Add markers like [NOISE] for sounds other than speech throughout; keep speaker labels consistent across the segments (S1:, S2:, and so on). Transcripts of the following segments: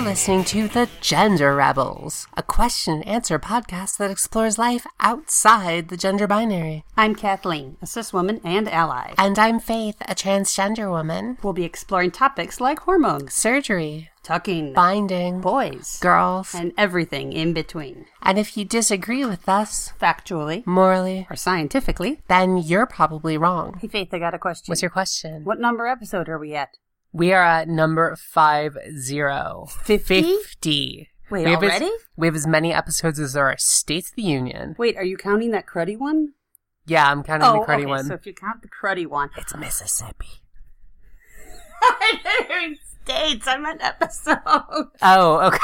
S1: listening to The Gender Rebels, a question and answer podcast that explores life outside the gender binary.
S2: I'm Kathleen, a cis woman and ally.
S1: And I'm Faith, a transgender woman.
S2: We'll be exploring topics like hormones,
S1: Surgery,
S2: tucking,
S1: binding,
S2: boys,
S1: girls.
S2: and everything in between.
S1: And if you disagree with us,
S2: Factually
S1: morally,
S2: or scientifically.
S1: then you're probably wrong.
S2: Hey, Faith, I got a question.
S1: What's your question?
S2: what number episode are we at?
S1: We are at number five zero.
S2: Fifty?
S1: Fifty.
S2: Wait,
S1: we have As,
S2: already?
S1: we have as many episodes as there are states of the union.
S2: Wait, are you counting that cruddy one?
S1: Yeah, I'm counting the cruddy
S2: Oh, okay,
S1: one.
S2: So if you count the cruddy one, [LAUGHS]
S1: it's Mississippi.
S2: I'm states. I'm an episode.
S1: Oh, okay.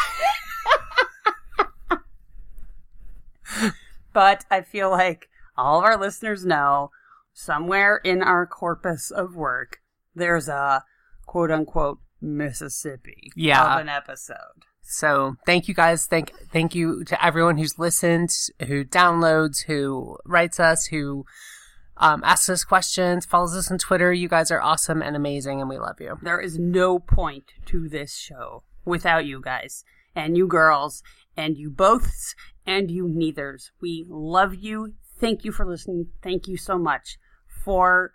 S2: But I feel like all of our listeners know somewhere in our corpus of work, there's a quote unquote Mississippi
S1: Yeah.
S2: of an episode.
S1: So thank you guys. Thank thank you to everyone who's listened, who downloads, who writes us, who um, asks us questions, follows us on Twitter. You guys are awesome and amazing, and we love you.
S2: There is no point to this show without you guys and you girls and you boths and you neithers. We love you. Thank you for listening. Thank you so much for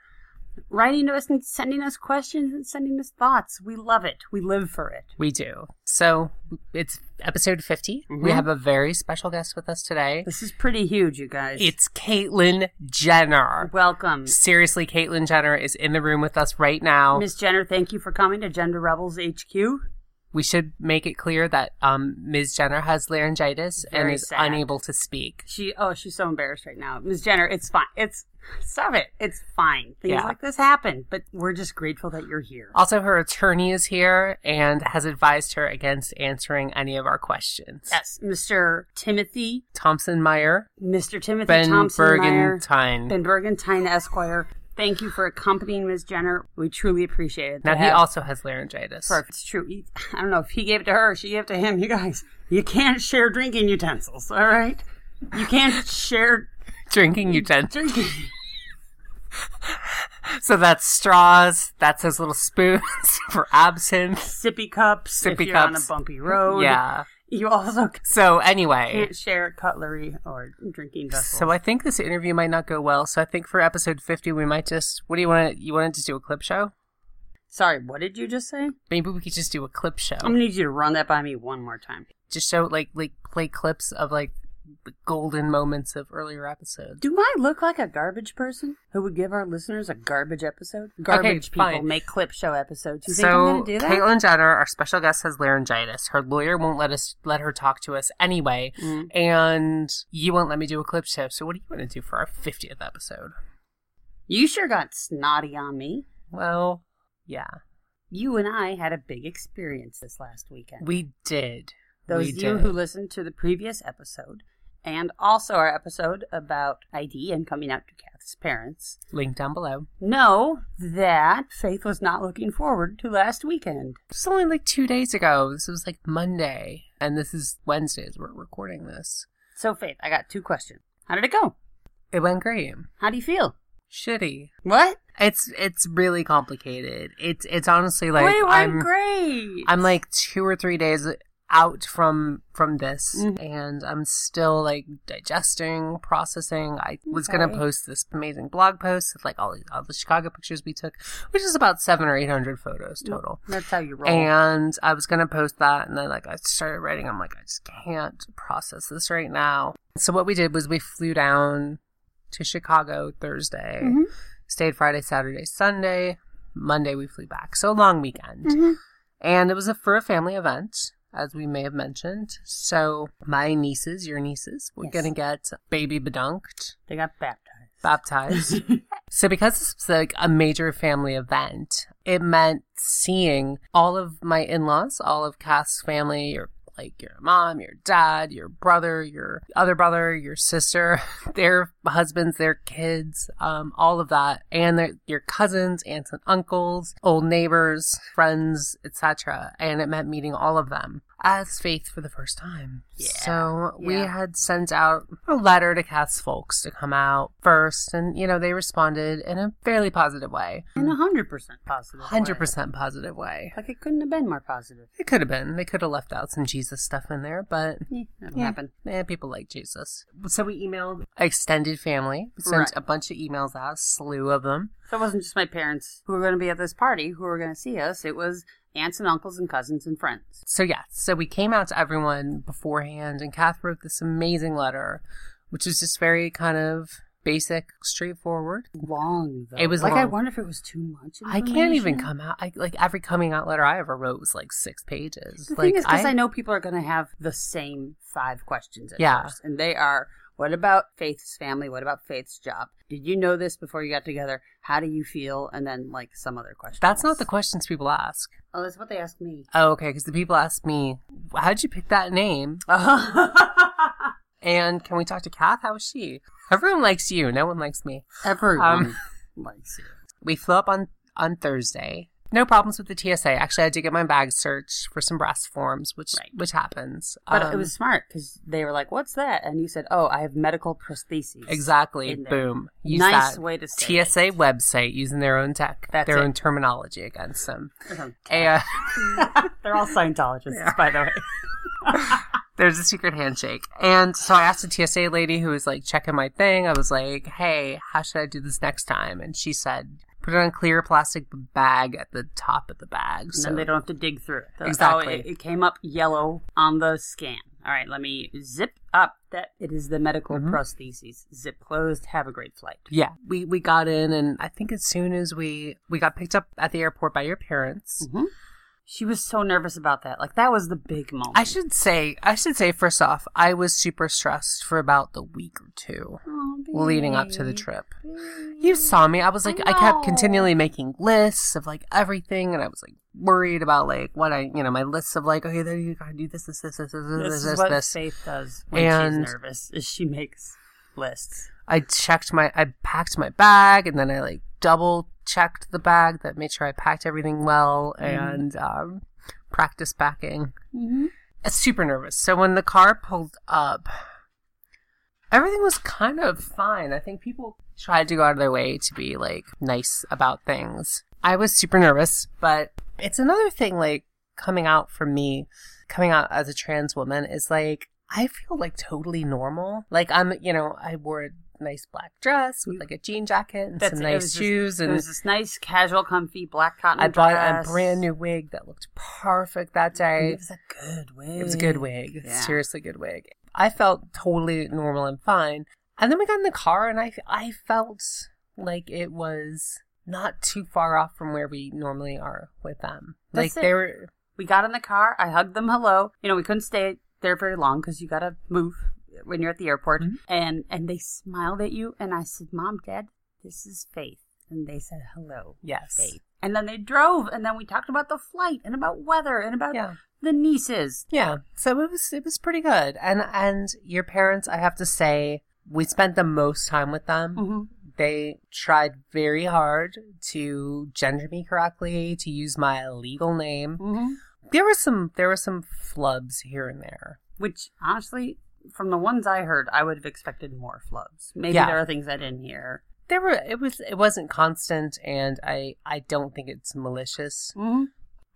S2: writing to us and sending us questions and sending us thoughts. We love it. We live for it.
S1: We do. So it's episode 50 We
S2: Mhm.
S1: have a very special guest with us today.
S2: This is pretty huge, you guys.
S1: It's Caitlyn Jenner.
S2: Welcome.
S1: Seriously, Caitlyn Jenner is in the room with us right now.
S2: Miss Jenner, thank you for coming to Gender Rebels HQ.
S1: We should make it clear that um, Ms. Jenner has laryngitis and
S2: Very
S1: is
S2: sad.
S1: unable to speak.
S2: She oh, she's so embarrassed right now. Miss Jenner, it's fine. It's stop it. It's fine. Things
S1: Yeah.
S2: like this happen, but we're just grateful that you're here.
S1: Also, her attorney is here and has advised her against answering any of our questions.
S2: Yes, Mr. Timothy,
S1: Thompson Meyer,
S2: Mr. Timothy
S1: Ben
S2: Thompson Meyer,
S1: Bergentine.
S2: Ben Bergentine Esquire. Thank you for accompanying Miss Jenner. We truly appreciate it.
S1: now,
S2: They
S1: he
S2: have-
S1: also has laryngitis.
S2: Perfect. It's true. He- I don't know if he gave it to her or she gave it to him. [LAUGHS] You guys, you can't share drinking utensils, all right? You can't share
S1: Drinking
S2: [LAUGHS]
S1: utensils.
S2: drinking
S1: So that's straws, that's his little spoons [LAUGHS] for absinthe.
S2: sippy cups if
S1: Sippy
S2: you're on a
S1: cups.
S2: bumpy road.
S1: Yeah.
S2: You also [LAUGHS]
S1: So, anyway.
S2: Oh, can't share cutlery or drinking vessels.
S1: So I think this interview might not go well. So I think for episode 50 we might just what do you want to you want to just do a clip show?
S2: Sorry, what did you just say?
S1: Maybe we could just do a clip show.
S2: I'm gonna need you to run that by me one more time.
S1: just show like like play clips of like the golden moments of earlier episodes.
S2: Do I look like a garbage person who would give our listeners a garbage episode? Garbage people
S1: fine.
S2: make clip show episodes. You think I'm
S1: So
S2: gonna do that?
S1: Caitlyn Jenner, our special guest, has laryngitis. Her lawyer won't let us let her talk to us anyway,
S2: Mm.
S1: and you won't let me do a clip show. So what do you want to do for our fiftieth episode?
S2: you sure got snotty on me.
S1: Well, yeah,
S2: You and I had a big experience this last weekend.
S1: we did.
S2: Those
S1: we
S2: of you
S1: did.
S2: who listened to the previous episode and also our episode about ID and coming out to Kath's parents
S1: link down below.
S2: know that Faith was not looking forward to last weekend.
S1: It's only like two days ago. This was like Monday, and this is Wednesday as we're recording this.
S2: So, Faith, I got two questions. How did it go?
S1: It went great.
S2: How do you feel?
S1: Shitty.
S2: What?
S1: It's it's really complicated. It's it's honestly like
S2: Wait,
S1: I'm
S2: I'm great.
S1: I'm like two or three days out from from this,
S2: Mhm.
S1: and I'm still like digesting, processing. I was gonna
S2: Okay.
S1: post this amazing blog post with like all the, all the Chicago pictures we took, which is about seven or eight hundred photos total.
S2: That's how you roll.
S1: And I was gonna post that, and then like I started writing. I'm like, I just can't process this right now. So what we did was we flew down to Chicago Thursday,
S2: Mhm.
S1: stayed Friday, Saturday, Sunday. Monday we flew back. So a long weekend,
S2: Mhm.
S1: and it was a for a family event, as we may have mentioned. So my nieces, your nieces, we're
S2: Yes.
S1: gonna get baby bedunked,
S2: They got baptized.
S1: baptized. So because this was like a major family event, it meant seeing all of my in-laws, all of Cass' family, your like your mom, your dad, your brother, your other brother, your sister, [LAUGHS] their husbands, their kids, um, all of that, and their, your cousins, aunts and uncles, old neighbors, friends, etc. And it meant meeting all of them as Faith for the first time.
S2: Yeah.
S1: So we
S2: Yeah.
S1: had sent out a letter to Cass folks to come out first, and you know they responded in a fairly positive way,
S2: In a hundred percent positive. way.
S1: hundred percent positive way.
S2: Like it couldn't have been more positive.
S1: It could have been. They could have left out some Jesus stuff in there, but
S2: Yeah, that'll
S1: Yeah.
S2: happen.
S1: Eh, people like Jesus. So we emailed extended family. We sent
S2: Right.
S1: a bunch of emails out, a slew of them.
S2: So it wasn't just my parents who were going to be at this party who were going to see us. It was aunts and uncles and cousins and friends.
S1: So yeah, so we came out to everyone beforehand, and Kath wrote this amazing letter, which is just very kind of basic, straightforward.
S2: Long though.
S1: It was
S2: like I
S1: long.
S2: wonder if it was too much.
S1: I can't even
S2: information.
S1: come out. I, like every coming out letter I ever wrote was like six pages.
S2: The
S1: like
S2: thing is, because I, know people are going to have the same five questions at
S1: Yeah.
S2: first, and they are: What about Faith's family? What about Faith's job? Did you know this before you got together? How do you feel? And then like some other question.
S1: that's not the questions people ask.
S2: Oh, that's what they asked [LAUGHS] me.
S1: Oh, okay, because the people ask me, "How'd you pick that name?" And can we talk to Kath? How is she? Everyone likes you. No one likes me.
S2: Everyone likes it.
S1: We flew up on on Thursday. No problems with the TSA. Actually, I did get my bag searched for some breast forms, which
S2: Right.
S1: which happens.
S2: But it
S1: Um,
S2: was smart because they were like, "What's that?" And you said, "Oh, I have medical prostheses."
S1: exactly
S2: in there.
S1: boom. Use
S2: Nice
S1: that
S2: way to say it.
S1: TSA website using their own tech,
S2: That's
S1: their
S2: it.
S1: own terminology against them. uh,
S2: Okay.
S1: And
S2: [LAUGHS] They're all Scientologists, by the way.
S1: there's a secret handshake. And so I asked the TSA lady who was like checking my thing. I was like, "Hey, how should I do this next time?" And she said, "Put it on a clear plastic bag at the top of the bag."
S2: And
S1: So
S2: then they don't have to dig through it. They're like,
S1: Exactly.
S2: "Oh, it, it came up yellow on the scan. All right, let me zip up. That it is the medical
S1: Mm-hmm.
S2: prostheses. Zip closed. Have a great flight.
S1: Yeah, we we got in, and I think as soon as we we got picked up at the airport by your
S2: Mm-hmm.
S1: parents,
S2: She was so nervous about that. Like that was the big moment.
S1: I should say I should say first off, I was super stressed for about the week or two
S2: Oh,
S1: leading up to the
S2: babe.
S1: trip. You saw me. I was like, I, kept continually making lists of like everything, and I was like worried about like what I you know my lists of like okay, then you gotta do this, this, this, this, this,
S2: This
S1: this,
S2: is
S1: this,
S2: what
S1: this.
S2: Faith does when
S1: And-
S2: she's nervous. Is she makes lists.
S1: I checked my, I packed my bag, and then I like double checked the bag that made sure I packed everything well and um, practiced packing.
S2: Mm-hmm.
S1: I was uh, super nervous. So when the car pulled up, everything was kind of fine. I think people tried to go out of their way to be like nice about things. I was super nervous, but it's another thing like coming out for me, coming out as a trans woman is like I feel like totally normal. Like I'm, you know, I wore a nice black dress with like a jean jacket and some
S2: it
S1: nice
S2: was
S1: shoes
S2: This,
S1: and
S2: it was this nice, casual, comfy black cotton.
S1: I bought
S2: dress.
S1: a brand new wig that looked perfect that
S2: And
S1: day.
S2: It was a good wig.
S1: It was a good wig.
S2: Mm, Yeah.
S1: Seriously good wig. I felt totally normal and fine. And then we got in the car and I I felt like it was not too far off from where we normally are with them.
S2: That's
S1: like
S2: it.
S1: they were
S2: We got in the car. I hugged them hello. You know, we couldn't stay there very long because you gotta move when you're at the airport.
S1: Mm-hmm.
S2: And and they smiled at you. And I said, "Mom, Dad, this is Faith." And they said, "Hello,
S1: Yes.
S2: Faith." And then they drove. And then we talked about the flight and about weather and about
S1: Yeah.
S2: the nieces.
S1: Yeah. So it was it was pretty good. And and your parents, I have to say, we spent the most time with them.
S2: Mm-hmm.
S1: They tried very hard to gender me correctly, to use my legal name.
S2: Mm-hmm.
S1: There were some there were some flubs here and there.
S2: Which honestly, from the ones I heard, I would have expected more flubs. Maybe
S1: Yeah.
S2: there are things I didn't hear.
S1: there were it was it wasn't constant and i i don't think it's malicious
S2: Mm-hmm.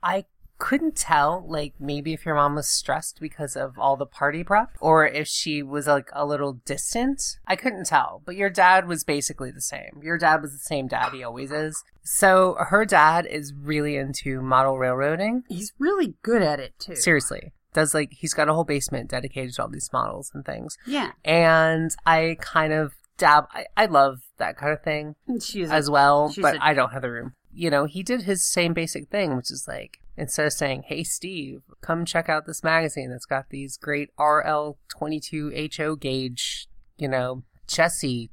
S1: i couldn't tell like maybe if your mom was stressed because of all the party prep or if she was like a little distant i couldn't tell but your dad was basically the same your dad was the same dad he always is so her dad is really into model railroading
S2: He's really good at it too.
S1: seriously does like he's got a whole basement dedicated to all these models and things
S2: Yeah.
S1: and i kind of dab i, I love that kind of thing
S2: And She is a
S1: as well,
S2: she's
S1: but
S2: a-
S1: I I don't have the room. You know, he did his same basic thing, which is like instead of saying, "Hey Steve, come check out this magazine that's got these great RL 22 HO gauge, you know,
S2: [LAUGHS]
S1: chassis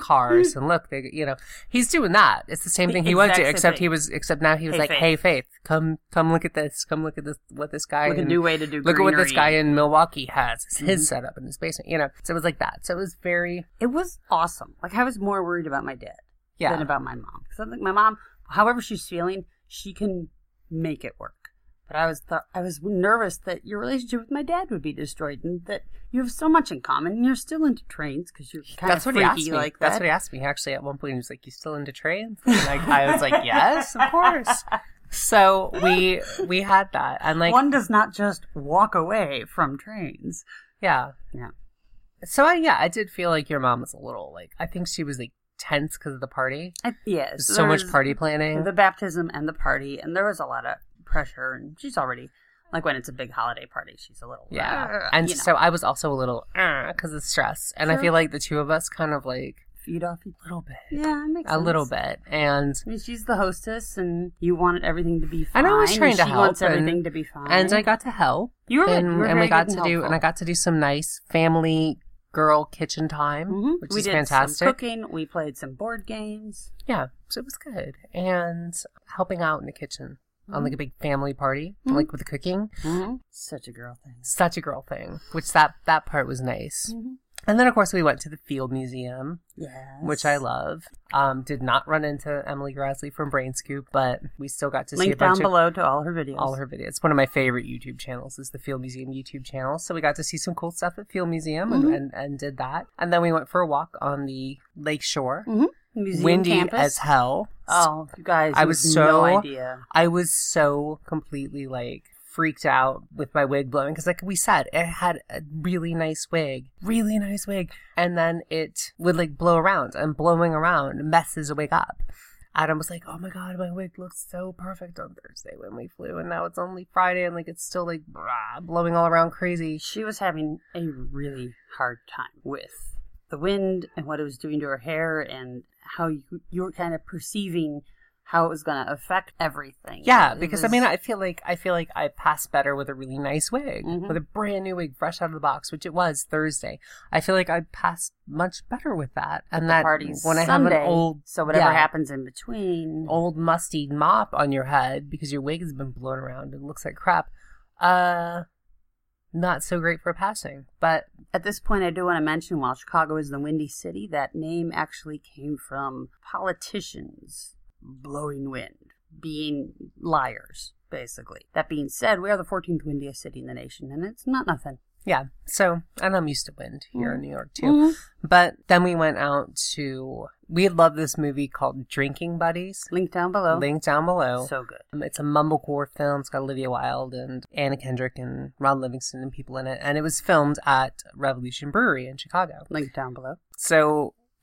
S1: cars and look, they you know, he's doing that. It's the same
S2: The
S1: thing he was
S2: exact
S1: doing,
S2: same
S1: except he
S2: thing.
S1: was except now he was
S2: Hey,
S1: like,
S2: Faith.
S1: "Hey Faith, come come look at this. Come look at this what this guy
S2: Look a
S1: in-
S2: new way to do.
S1: Look at what this
S2: greenery. Mm-hmm.
S1: guy in Milwaukee has. It's his setup in his basement, you know. So it was like that. So it was very,
S2: It was awesome. Like I was more worried about my dad
S1: yeah.
S2: than about my mom because I think my mom, however she's feeling, she can make it work. But I was th- I was nervous that your relationship with my dad would be destroyed, and that you have so much in common. and You're still into trains because you're kind
S1: That's what
S2: of freaky
S1: he asked me.
S2: like
S1: That's
S2: that.
S1: what he asked me actually at one point. He was like, "You still into trains?" And like I was like, "Yes, of course." So we we had that, and like
S2: One does not just walk away from trains.
S1: yeah,
S2: Yeah.
S1: So I, yeah, I did feel like your mom was a little like I think she was like tense because of the party.
S2: I, yeah,
S1: There's so much
S2: there's-
S1: party planning.
S2: the baptism and the party, and there was a lot of pressure. And she's already like when it's a big holiday party, she's a little
S1: yeah,
S2: "Ugh,"
S1: and
S2: uh, you know,
S1: so I was also a little because of stress, and I
S2: Sure.
S1: feel like the two of us kind of like
S2: feed off each
S1: a little bit,
S2: Yeah, it makes
S1: a
S2: sense.
S1: little bit, and
S2: I mean, she's the hostess, and you wanted everything to be fine.
S1: And I was trying
S2: and
S1: to
S2: she
S1: help,
S2: wants
S1: and-
S2: everything to be fine.
S1: and I got to help.
S2: you were good.
S1: and,
S2: You were
S1: and
S2: very
S1: we got
S2: good
S1: to
S2: and
S1: do and I got to do some nice family girl kitchen time,
S2: helpful. Mhm.
S1: which
S2: we
S1: is
S2: did
S1: fantastic.
S2: Some cooking. We played some board games.
S1: Yeah, so it was good and helping out in the kitchen on
S2: Mm-hmm.
S1: like a big family party,
S2: Mhm.
S1: like with the cooking,
S2: Such a girl thing.
S1: such a girl thing. Which that that part was nice.
S2: Mm-hmm.
S1: And then of course we went to the Field Museum,
S2: Yeah,
S1: which I love. Um, did not run into Emily Grassley from Brain Scoop, but we still got to see a
S2: Link
S1: bunch
S2: down
S1: of
S2: below to all her videos.
S1: all her videos. One of my favorite YouTube channels is the Field Museum YouTube channel. So we got to see some cool stuff at Field Museum and,
S2: Mhm.
S1: and, and did that. And then we went for a walk on the lake shore.
S2: Mm-hmm. museum
S1: Windy
S2: campus.
S1: as hell.
S2: Oh, you guys!
S1: I
S2: you
S1: was
S2: have
S1: so-
S2: no idea.
S1: I was so completely like freaked out with my wig blowing because like we said it had a really nice wig really nice wig and then it would like blow around and blowing around messes the wig up adam was like oh my god my wig looks so perfect on thursday when we flew and now it's only friday and like it's still like brah, blowing all around crazy
S2: She was having a really hard time with the wind and what it was doing to her hair and how you, you were kind of perceiving how it was going to affect everything.
S1: yeah
S2: It
S1: because i
S2: was-
S1: mean i feel like i feel like i passed better with a really nice wig
S2: Mhm.
S1: with a brand new wig fresh out of the box which it was thursday i feel like i passed much better with that and that
S2: parties
S1: when i have
S2: Sunday,
S1: an old
S2: so whatever
S1: yeah.
S2: happens in between.
S1: old musty mop on your head because your wig has been blown around and looks like crap uh not so great for passing but
S2: At this point, I do want to mention while Chicago is the windy city, that name actually came from politicians blowing wind, being liars, basically. That being said, we are the 14th windiest city in the nation, and it's not nothing.
S1: yeah so and i'm used to wind here in new york too
S2: Mhm.
S1: but then we went out to we love this movie called drinking buddies
S2: Link down below.
S1: link down below
S2: So good.
S1: Um, It's a mumblecore film. It's got Olivia Wilde and Anna Kendrick and Ron Livingston and people in it. And it was filmed at Revolution Brewery in Chicago.
S2: Link down below.
S1: So,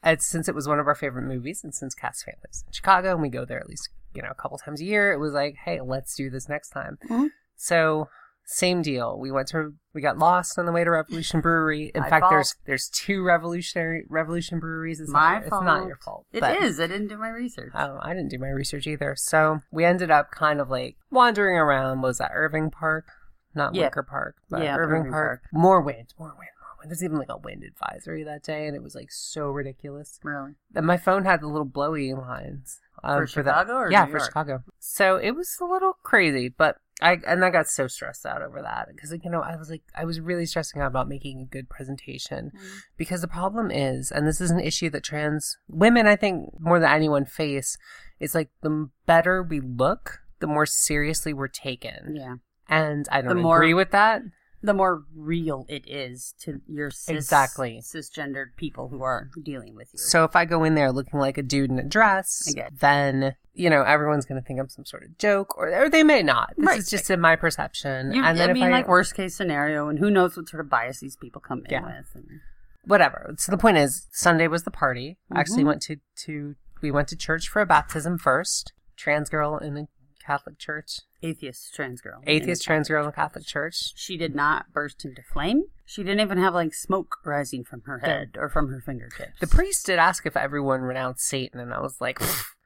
S1: and since it was one of our favorite movies and since Cass Fan lives in Chicago and we go there at least, you know, a couple times a year, it was like, hey, let's do this next time.
S2: Mhm.
S1: So, same deal. We went to, we got lost on the way to Revolution Brewery. In
S2: My
S1: fact,
S2: fault.
S1: there's there's two revolutionary Revolution Breweries. It's
S2: my
S1: not,
S2: fault.
S1: It's not your fault.
S2: It
S1: but-
S2: is. I didn't do my research.
S1: Oh, I didn't do my research either. So we ended up kind of like wandering around. What was that Irving Park? Not
S2: Yeah.
S1: Wicker Park, but
S2: Yeah,
S1: Irving,
S2: Irving
S1: Park. More wind, more wind, more wind. There's even like a wind advisory that day, and it was like so ridiculous.
S2: really?
S1: And my phone had the little blowy lines
S2: For Chicago or
S1: yeah,
S2: New
S1: um, for
S2: York?
S1: Chicago. So it was a little crazy, but I and I got so stressed out over that because you know I was like I was really stressing out about making a good presentation
S2: Mm-hmm.
S1: because the problem is, and this is an issue that trans women, I think, more than anyone face, is like the better we look, the more seriously we're taken.
S2: Yeah.
S1: And I don't
S2: The more-
S1: agree with that.
S2: The more real it is to your cis,
S1: Exactly.
S2: cisgendered people who are dealing with you.
S1: So if I go in there looking like a dude in a dress,
S2: I get it.
S1: then you know everyone's going to think I'm some sort of joke, or, or they may not. This
S2: Right.
S1: is just in my perception.
S2: You-
S1: and then
S2: I
S1: if
S2: mean,
S1: I
S2: like worst case scenario, and who knows what sort of bias these people come in
S1: Yeah.
S2: with. And,
S1: whatever. So the point is, Sunday was the party. Actually,
S2: Mhm.
S1: went to to we went to church for a baptism first. Trans girl in the Catholic Church.
S2: atheist trans girl.
S1: atheist trans girl in the Catholic Church.
S2: She did not burst into flame. She didn't even have like smoke rising from her
S1: The-
S2: head or from her fingertips.
S1: The priest did ask if everyone renounced Satan, and I was like, [LAUGHS]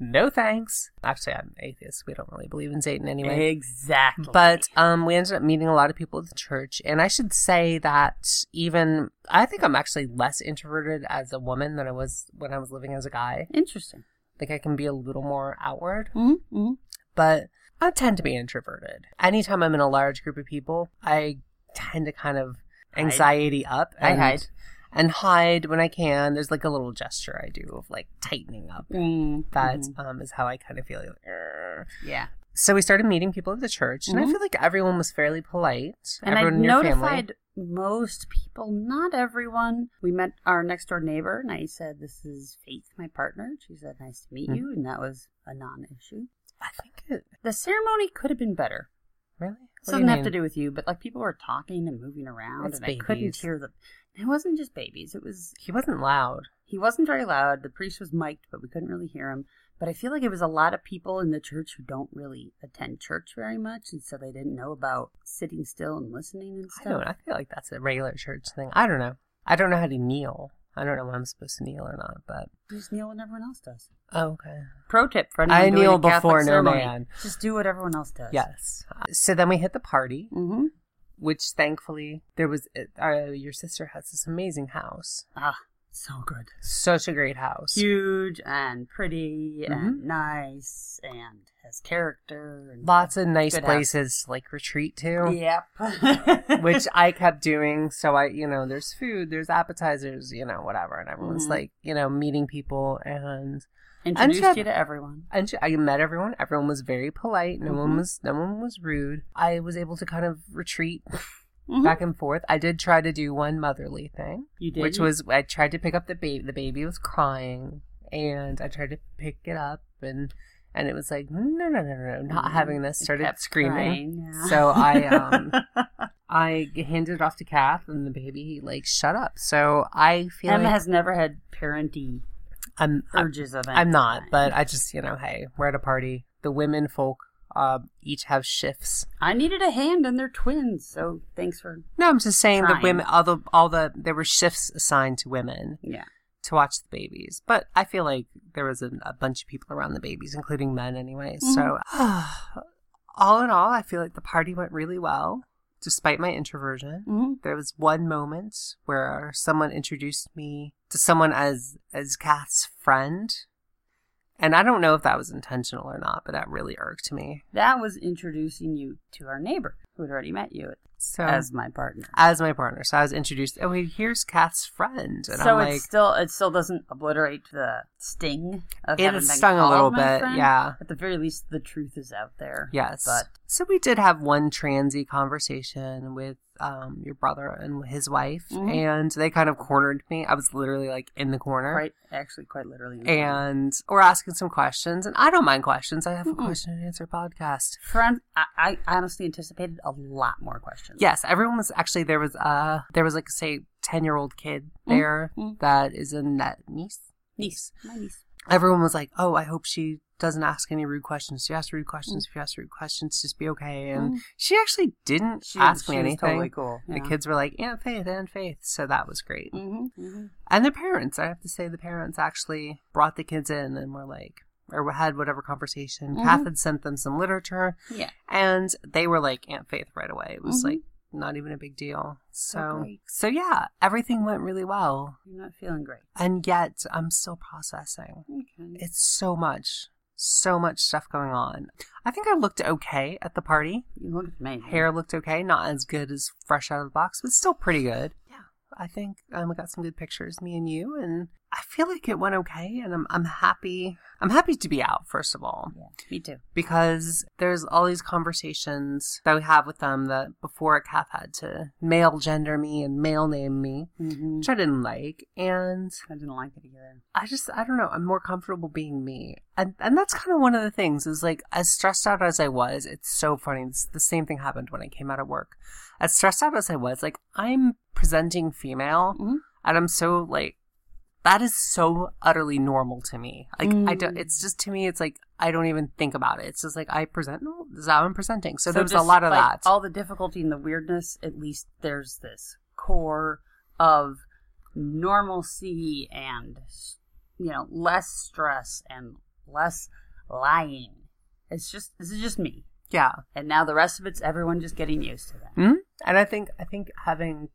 S1: no thanks. Actually, I'm an atheist. We don't really believe in Satan anyway.
S2: exactly.
S1: But um, we ended up meeting a lot of people at the church, and I should say that even I think I'm actually less introverted as a woman than I was when I was living as a guy.
S2: interesting.
S1: Like I can be a little more outward,
S2: Mm-hmm.
S1: but I tend to be introverted. Anytime I'm in a large group of people, I tend to kind of
S2: Hide.
S1: anxiety up.
S2: I
S1: and-
S2: hide.
S1: and hide when I can. There's like a little gesture I do of like tightening up.
S2: mm
S1: That um, is how I kind of feel. Like, "Arr."
S2: Yeah.
S1: So we started meeting people at the church, and
S2: Mhm.
S1: I feel like everyone was fairly polite.
S2: And
S1: everyone in
S2: I
S1: your family.
S2: notified most people, not everyone. We met our next door neighbor, and I said, This is Faith, my partner. She said, Nice to meet
S1: Mhm.
S2: you. And that was a non issue.
S1: I think it
S2: The ceremony could have been better.
S1: really.
S2: This doesn't have to do with you, but like people were talking and moving around,
S1: That's
S2: and I couldn't
S1: babies.
S2: hear the. It wasn't just babies. It was
S1: He wasn't loud.
S2: he wasn't very loud. The priest was mic'd, but we couldn't really hear him. But I feel like it was a lot of people in the church who don't really attend church very much, and so they didn't know about sitting still and listening and
S1: I don't.
S2: stuff.
S1: I feel like that's a regular church thing. I don't know. I don't know how to kneel. I don't know when I'm supposed to kneel or not. But
S2: You just kneel when everyone else does.
S1: oh, okay.
S2: Pro tip for anyone
S1: I
S2: doing
S1: kneel
S2: a Catholic
S1: before no
S2: ceremony.
S1: man.
S2: Just do what everyone else does.
S1: Yes. So then we hit the party,
S2: Mm-hmm.
S1: which thankfully there was. Uh, your sister has this amazing house.
S2: Ah, so good.
S1: Such a great house.
S2: Huge and pretty
S1: Mm-hmm.
S2: and nice and has character. And
S1: Lots of nice
S2: Good house.
S1: places to like retreat to.
S2: [LAUGHS]
S1: [LAUGHS]
S2: Yep.
S1: which I kept doing. So I, you know, there's food, there's appetizers, you know, whatever, and everyone's
S2: Mhm.
S1: like, you know, meeting people, and
S2: introduced
S1: Unshab-
S2: you to everyone.
S1: and she- I met everyone. Everyone was very polite. No
S2: Mhm.
S1: one was no one was rude. I was able to kind of retreat
S2: Mhm.
S1: back and forth. I did try to do one motherly thing,
S2: you did.
S1: which was I tried to pick up the baby. The baby was crying, and I tried to pick it up and. And it was like, no, no, no, no, no, not having this.
S2: Mm-hmm. It
S1: Started
S2: kept
S1: screaming.
S2: crying, yeah.
S1: So I,
S2: [LAUGHS]
S1: um, I handed it off to Kath, and the baby like shut up. So I feel
S2: Emma
S1: like
S2: has never had parenty
S1: I'm I'm,
S2: urges of any
S1: I'm not,
S2: kind.
S1: but I just you know, hey, we're at a party. The women folk uh, each have shifts.
S2: I needed a hand, and they're twins. So thanks for
S1: No, I'm just saying
S2: Trying.
S1: the women, all the all the there were shifts assigned to women
S2: yeah.
S1: to watch the babies. But I feel like there was a, a bunch of people around the babies, including men, anyway.
S2: Mm-hmm.
S1: So [SIGHS] all in all, I feel like the party went really well, despite my introversion.
S2: Mm-hmm.
S1: there was one moment where someone introduced me to someone as as Kath's friend. And I don't know if that was intentional or not, but that really irked me.
S2: That was introducing you to our neighbor who had already met you
S1: So
S2: as
S1: as,
S2: my partner.
S1: my partner. So I was introduced, oh wait, here's Kath's friend. And
S2: so
S1: I'm
S2: it
S1: like
S2: still it still doesn't obliterate the sting of
S1: It
S2: having been
S1: stung a
S2: called
S1: little
S2: my
S1: bit,
S2: friend.
S1: yeah.
S2: At the very least, the truth is out there.
S1: Yes.
S2: but
S1: so we did have one transy conversation with um, your brother and his wife,
S2: Mhm.
S1: and they kind of cornered me. I was literally like in the corner.
S2: quite actually quite literally.
S1: And we're asking some questions, and I don't mind questions. I have a
S2: Mm-mm.
S1: question and answer podcast.
S2: friend, I, I honestly anticipated a lot more questions.
S1: Yes, everyone was actually there was uh there was like say ten year old kid there
S2: mm.
S1: that is a net niece.
S2: niece, my niece.
S1: Everyone was like, "Oh, I hope she doesn't ask any rude questions. She asked rude questions. If you ask rude questions, just be okay." And
S2: Mm.
S1: she actually didn't
S2: She,
S1: ask
S2: she
S1: me
S2: was
S1: anything.
S2: Totally cool.
S1: The kids were like, "Yeah, Faith and Faith," so that was great.
S2: Mm-hmm, mm-hmm.
S1: And the parents, I have to say, the parents actually brought the kids in and were like, or had whatever conversation.
S2: Mhm.
S1: Kath had sent them some literature.
S2: Yeah.
S1: and they were like Aunt Faith right away. It was
S2: Mhm.
S1: like not even a big deal. So
S2: great.
S1: so yeah, everything went really well,
S2: You're not feeling great.
S1: and yet I'm still processing.
S2: Okay.
S1: It's so much, so much stuff going on. I think I looked okay at the party.
S2: You look amazing.
S1: Hair looked okay, not as good as fresh out of the box, but still pretty good. Yeah, I think um, we got some good pictures, me and you, and I feel like it went okay. And I'm I'm happy. I'm happy to be out. First of all,
S2: Yeah, me too.
S1: because there's all these conversations that we have with them that before Kath had to male gender me and male name me,
S2: Mm-hmm.
S1: which I didn't like. And
S2: I didn't like it either.
S1: I just, I don't know, I'm more comfortable being me. And, and that's kind of one of the things is like, as stressed out as I was, it's so funny. It's, the same thing happened when I came out of work. As stressed out as I was, like, I'm presenting female
S2: Mhm.
S1: and I'm so like, that is so utterly normal to me. Like I don't.
S2: Mm.
S1: It's just to me. It's like I don't even think about it. It's just like I present. No, this is how I'm presenting. So,
S2: So
S1: there's a lot of
S2: despite
S1: that.
S2: All the difficulty and the weirdness, at least there's this core of normalcy and, you know, less stress and less lying. It's just, this is just me.
S1: yeah.
S2: And now the rest of it's everyone just getting used to that.
S1: mm And I think I think having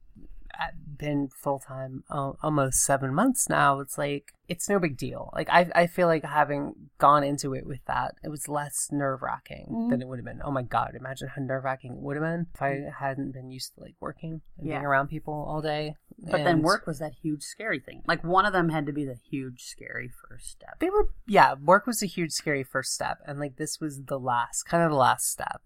S1: uh, been full time uh, almost seven months now, it's like it's no big deal. Like I I feel like having gone into it with that, it was less nerve wracking
S2: Mhm.
S1: than it would have been. Oh my god! Imagine how nerve wracking it would have been if I hadn't been used to like working and being
S2: Yeah.
S1: around people all day.
S2: But then
S1: And-
S2: work was that huge scary thing. Like one of them had to be the huge scary first step.
S1: They were, yeah, work was a huge, scary first step. And like this was the last, kind of the last step.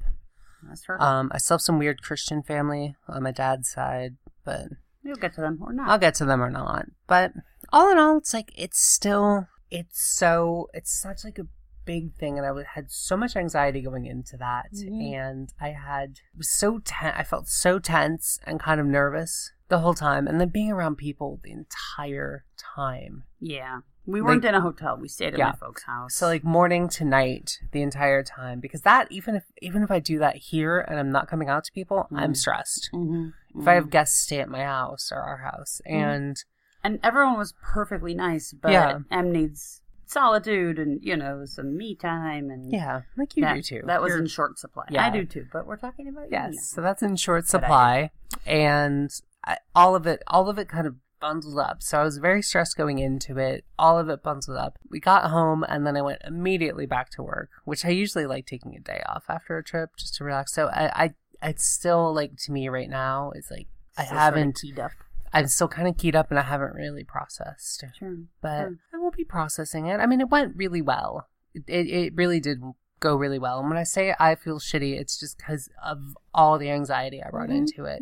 S2: That's her.
S1: Um, I still have some weird Christian family on my dad's side, but
S2: You'll get to them or not.
S1: I'll get to them or not. But all in all, it's like it's still it's so it's such like a big thing, and I w- had so much anxiety going into that,
S2: Mhm.
S1: and I had it was so ten- I felt so tense and kind of nervous the whole time, and then being around people the entire time.
S2: Yeah. We weren't
S1: Like-
S2: in a hotel. We stayed at
S1: Yeah.
S2: my folks' house.
S1: So like morning to night the entire time because that even if even if I do that here and I'm not coming out to people, I'm
S2: Mhm.
S1: stressed.
S2: Mhm.
S1: If I
S2: Mhm.
S1: have guests stay at my house or our house, and
S2: and everyone was perfectly nice, but
S1: Yeah.
S2: Em needs solitude and you know some me time and
S1: yeah, like you
S2: that,
S1: do too.
S2: That was
S1: You're-
S2: in short supply. I
S1: Yeah.
S2: do too, but we're talking about you
S1: Yes,
S2: now.
S1: so that's in short
S2: Good idea.
S1: supply, and I, all of it, all of it, kind of bundled up. So I was very stressed going into it. All of it bundled up. We got home, and then I went immediately back to work, which I usually like taking a day off after a trip just to relax. So I, I it's still like to me right now, it's like I
S2: Still sorta
S1: haven't.
S2: teed up.
S1: I'm still kind of keyed up, and I haven't really processed.
S2: Sure.
S1: But
S2: Hmm.
S1: I will be processing it. I mean, it went really well. It, it, it really did go really well. And when I say I feel shitty, it's just because of all the anxiety I brought
S2: Mhm.
S1: into it,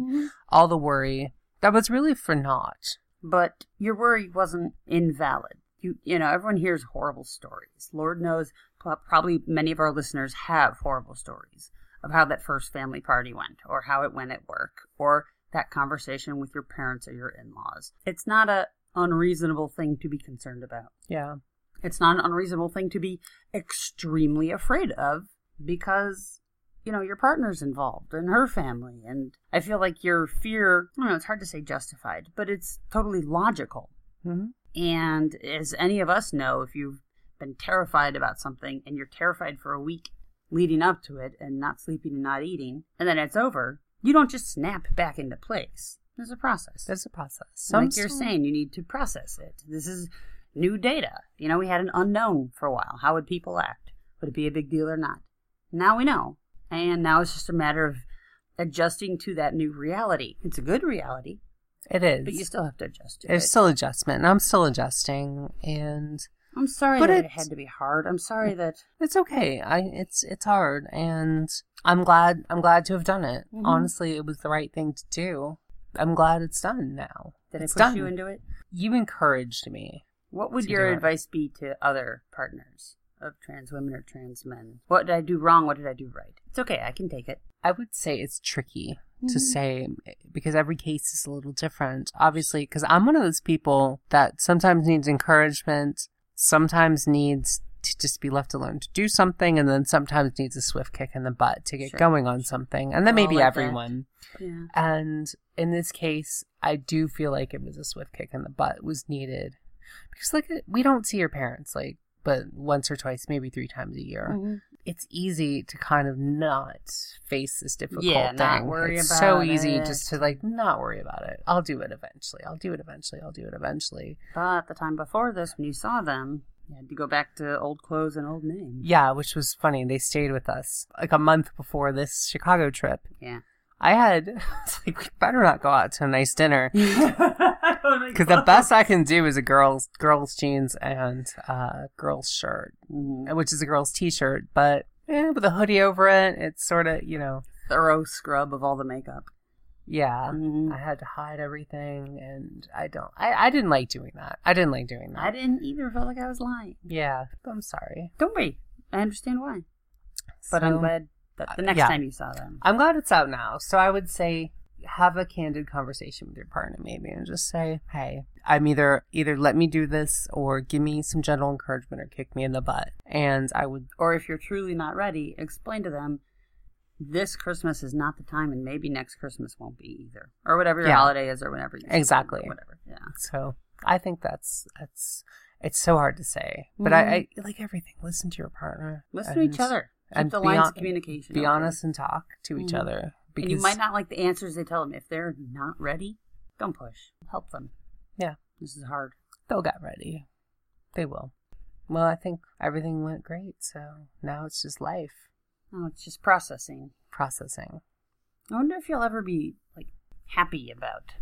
S1: all the worry that was really for naught.
S2: But your worry wasn't invalid. You you know everyone hears horrible stories. Lord knows, pro- probably many of our listeners have horrible stories of how that first family party went, or how it went at work, or that conversation with your parents or your in-laws. It's not a unreasonable thing to be concerned about.
S1: Yeah.
S2: it's not an unreasonable thing to be extremely afraid of because you know your partner's involved and her family and i feel like your fear i don't know it's hard to say justified but it's totally logical
S1: Mm-hmm.
S2: and as any of us know if you've been terrified about something and you're terrified for a week leading up to it and not sleeping and not eating and then it's over you don't just snap back into place there's a process
S1: There's a process. So I'm
S2: like you're
S1: still-
S2: saying, you need to process it. This is new data. You know, we had an unknown for a while. How would people act? Would it be a big deal or not? Now we know. And now it's just a matter of adjusting to that new reality. It's a good reality,
S1: It is.
S2: but you still have to adjust to
S1: There's
S2: it.
S1: still adjustment, and I'm still adjusting, and
S2: I'm sorry
S1: but
S2: that it
S1: it's-
S2: had to be hard. I'm sorry that
S1: it's okay. I it's it's hard, and I'm glad I'm glad to have done it.
S2: Mhm.
S1: Honestly, it was the right thing to do. I'm glad it's done now.
S2: that I
S1: it's
S2: pushed you into it.
S1: you encouraged me.
S2: What would
S1: to
S2: your
S1: do it.
S2: advice be to other partners of trans women or trans men? What did I do wrong? What did I do right? It's okay. I can take it.
S1: I would say it's tricky
S2: Mhm.
S1: to say because every case is a little different. Obviously, because I'm one of those people that sometimes needs encouragement, sometimes needs to just be left alone to do something, and then sometimes needs a swift kick in the butt to get
S2: Sure.
S1: going on something. And that may
S2: We're all
S1: be
S2: like that.
S1: everyone.
S2: Yeah.
S1: And in this case, I do feel like it was a swift kick in the butt was needed because like we don't see your parents like but once or twice, maybe three times a year. It's easy to kind of not face this difficult
S2: Yeah,
S1: thing.
S2: not worry
S1: it's
S2: about
S1: so easy
S2: it.
S1: just to like not worry about it. I'll do it eventually. I'll do it eventually. I'll do it eventually.
S2: But the time before this, when you saw them, you had to go back to old clothes and old names.
S1: Yeah, which was funny. They stayed with us like a month before this Chicago trip.
S2: Yeah.
S1: I had [LAUGHS] it's like we better not go out to a nice dinner. Because
S2: [LAUGHS] Because
S1: [LAUGHS] the best I can do is a girl's girls jeans and uh, girls shirt,
S2: Mm-hmm.
S1: which is a girl's t-shirt, but eh, with a hoodie over it. It's sort of you know,
S2: thorough scrub of all the makeup.
S1: yeah.
S2: Mhm.
S1: I had to hide everything, and I don't. I, I didn't like doing that. I didn't like doing
S2: I
S1: that.
S2: didn't either. Felt like I was lying.
S1: Yeah, I'm sorry,
S2: Don't worry. I understand why. But I'm
S1: So- uh,
S2: glad that the next
S1: Yeah.
S2: time you saw them.
S1: I'm glad it's out now. So I would say have a candid conversation with your partner maybe and just say, "Hey, I'm either either let me do this or give me some gentle encouragement or kick me in the butt." And I would
S2: Or if you're truly not ready, explain to them this Christmas is not the time, and maybe next Christmas won't be either. Or whatever your
S1: Yeah.
S2: holiday is, or whenever you see them, or
S1: Exactly.
S2: Whatever. Yeah.
S1: So I think that's that's it's so hard to say, but I, I like everything. Listen to your partner.
S2: Mm-hmm. Listen to each
S1: and-
S2: other. Keep
S1: and
S2: the
S1: be
S2: lines
S1: hon-
S2: of communication.
S1: Be
S2: open.
S1: honest and talk to each
S2: Mhm.
S1: other because
S2: And you might not like the answers they tell them. If they're not ready, don't push. Help them.
S1: Yeah,
S2: This is hard.
S1: they'll get ready. They will. Well, I think everything went great, so now it's just life
S2: Oh, it's just processing.
S1: processing.
S2: I wonder if you'll ever be like happy about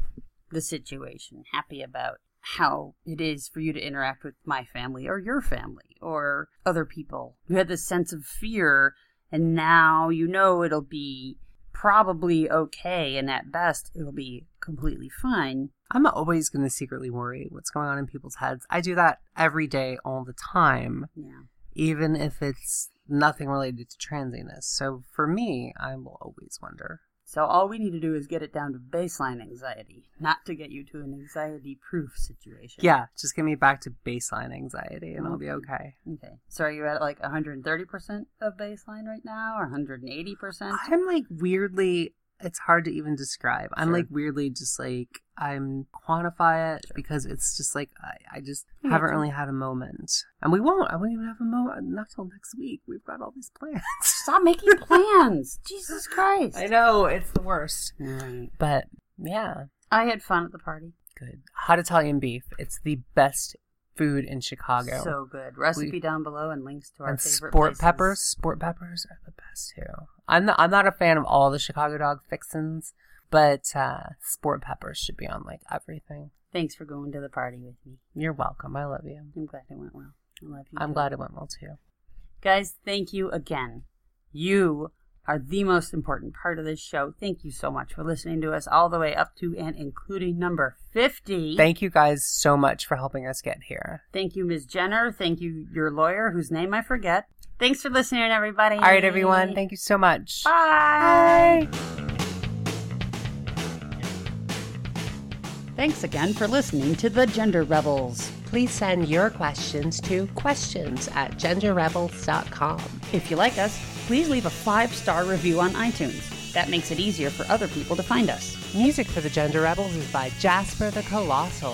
S2: the situation, happy about how it is for you to interact with my family or your family or other people. You had this sense of fear, and now you know it'll be probably okay, and at best, it'll be completely fine.
S1: I'm always going to secretly worry what's going on in people's heads. I do that every day, all the time,
S2: Yeah.
S1: even if it's nothing related to transiness. So for me, I will always wonder.
S2: So all we need to do is get it down to baseline anxiety, not to get you to an anxiety proof situation.
S1: Yeah, just get me back to baseline anxiety and I'll be
S2: Okay.
S1: okay.
S2: Okay. So are you at like 130% of baseline right now or 180%?
S1: I'm like weirdly, it's hard to even describe. I'm
S2: Sure.
S1: like weirdly just like, I'm quantify it because it's just like, I, I just
S2: I
S1: haven't
S2: gotcha.
S1: really had a moment. And we won't. I won't even have a moment. Not till next week. We've got all these plans. [LAUGHS]
S2: Stop making plans. Jesus Christ.
S1: I know, it's the worst.
S2: Alright.
S1: But yeah,
S2: I had fun at the party.
S1: good. Hot Italian beef. It's the best food in Chicago.
S2: So good. Recipe
S1: We-
S2: down below and links to our
S1: and
S2: favorite
S1: sport
S2: places.
S1: peppers. Sport peppers are the best too. I'm not, I'm not a fan of all the Chicago dog fixins, but uh, sport peppers should be on like everything.
S2: Thanks for going to the party with me.
S1: You're welcome. I love you.
S2: I'm glad it went well. I love you.
S1: I'm
S2: too.
S1: glad it went well too.
S2: Guys, thank you again. You are the most important part of this show. Thank you so much for listening to us all the way up to and including number 50.
S1: Thank you guys so much for helping us get here.
S2: Thank you, Ms. Jenner. Thank you, your lawyer, whose name I forget. Thanks for listening, everybody.
S1: All right, everyone. Thank you so much.
S2: Bye. Thanks again for listening to The Gender Rebels.
S1: Please send your questions to questions at genderrebels.com.
S2: If you like us, please leave a five star review on iTunes. That makes it easier for other people to find us.
S1: Music for the Gender Rebels is by Jasper the Colossal.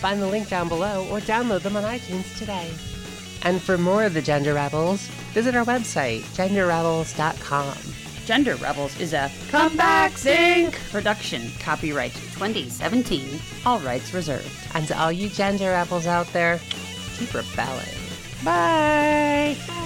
S1: Find the link down below or download them on iTunes today. And for more of the Gender Rebels, visit our website, genderrebels.com.
S2: Gender Rebels is a Comeback Sync production, copyright 2017, all rights reserved.
S1: And to all you Gender Rebels out there, keep rebelling.
S2: Bye.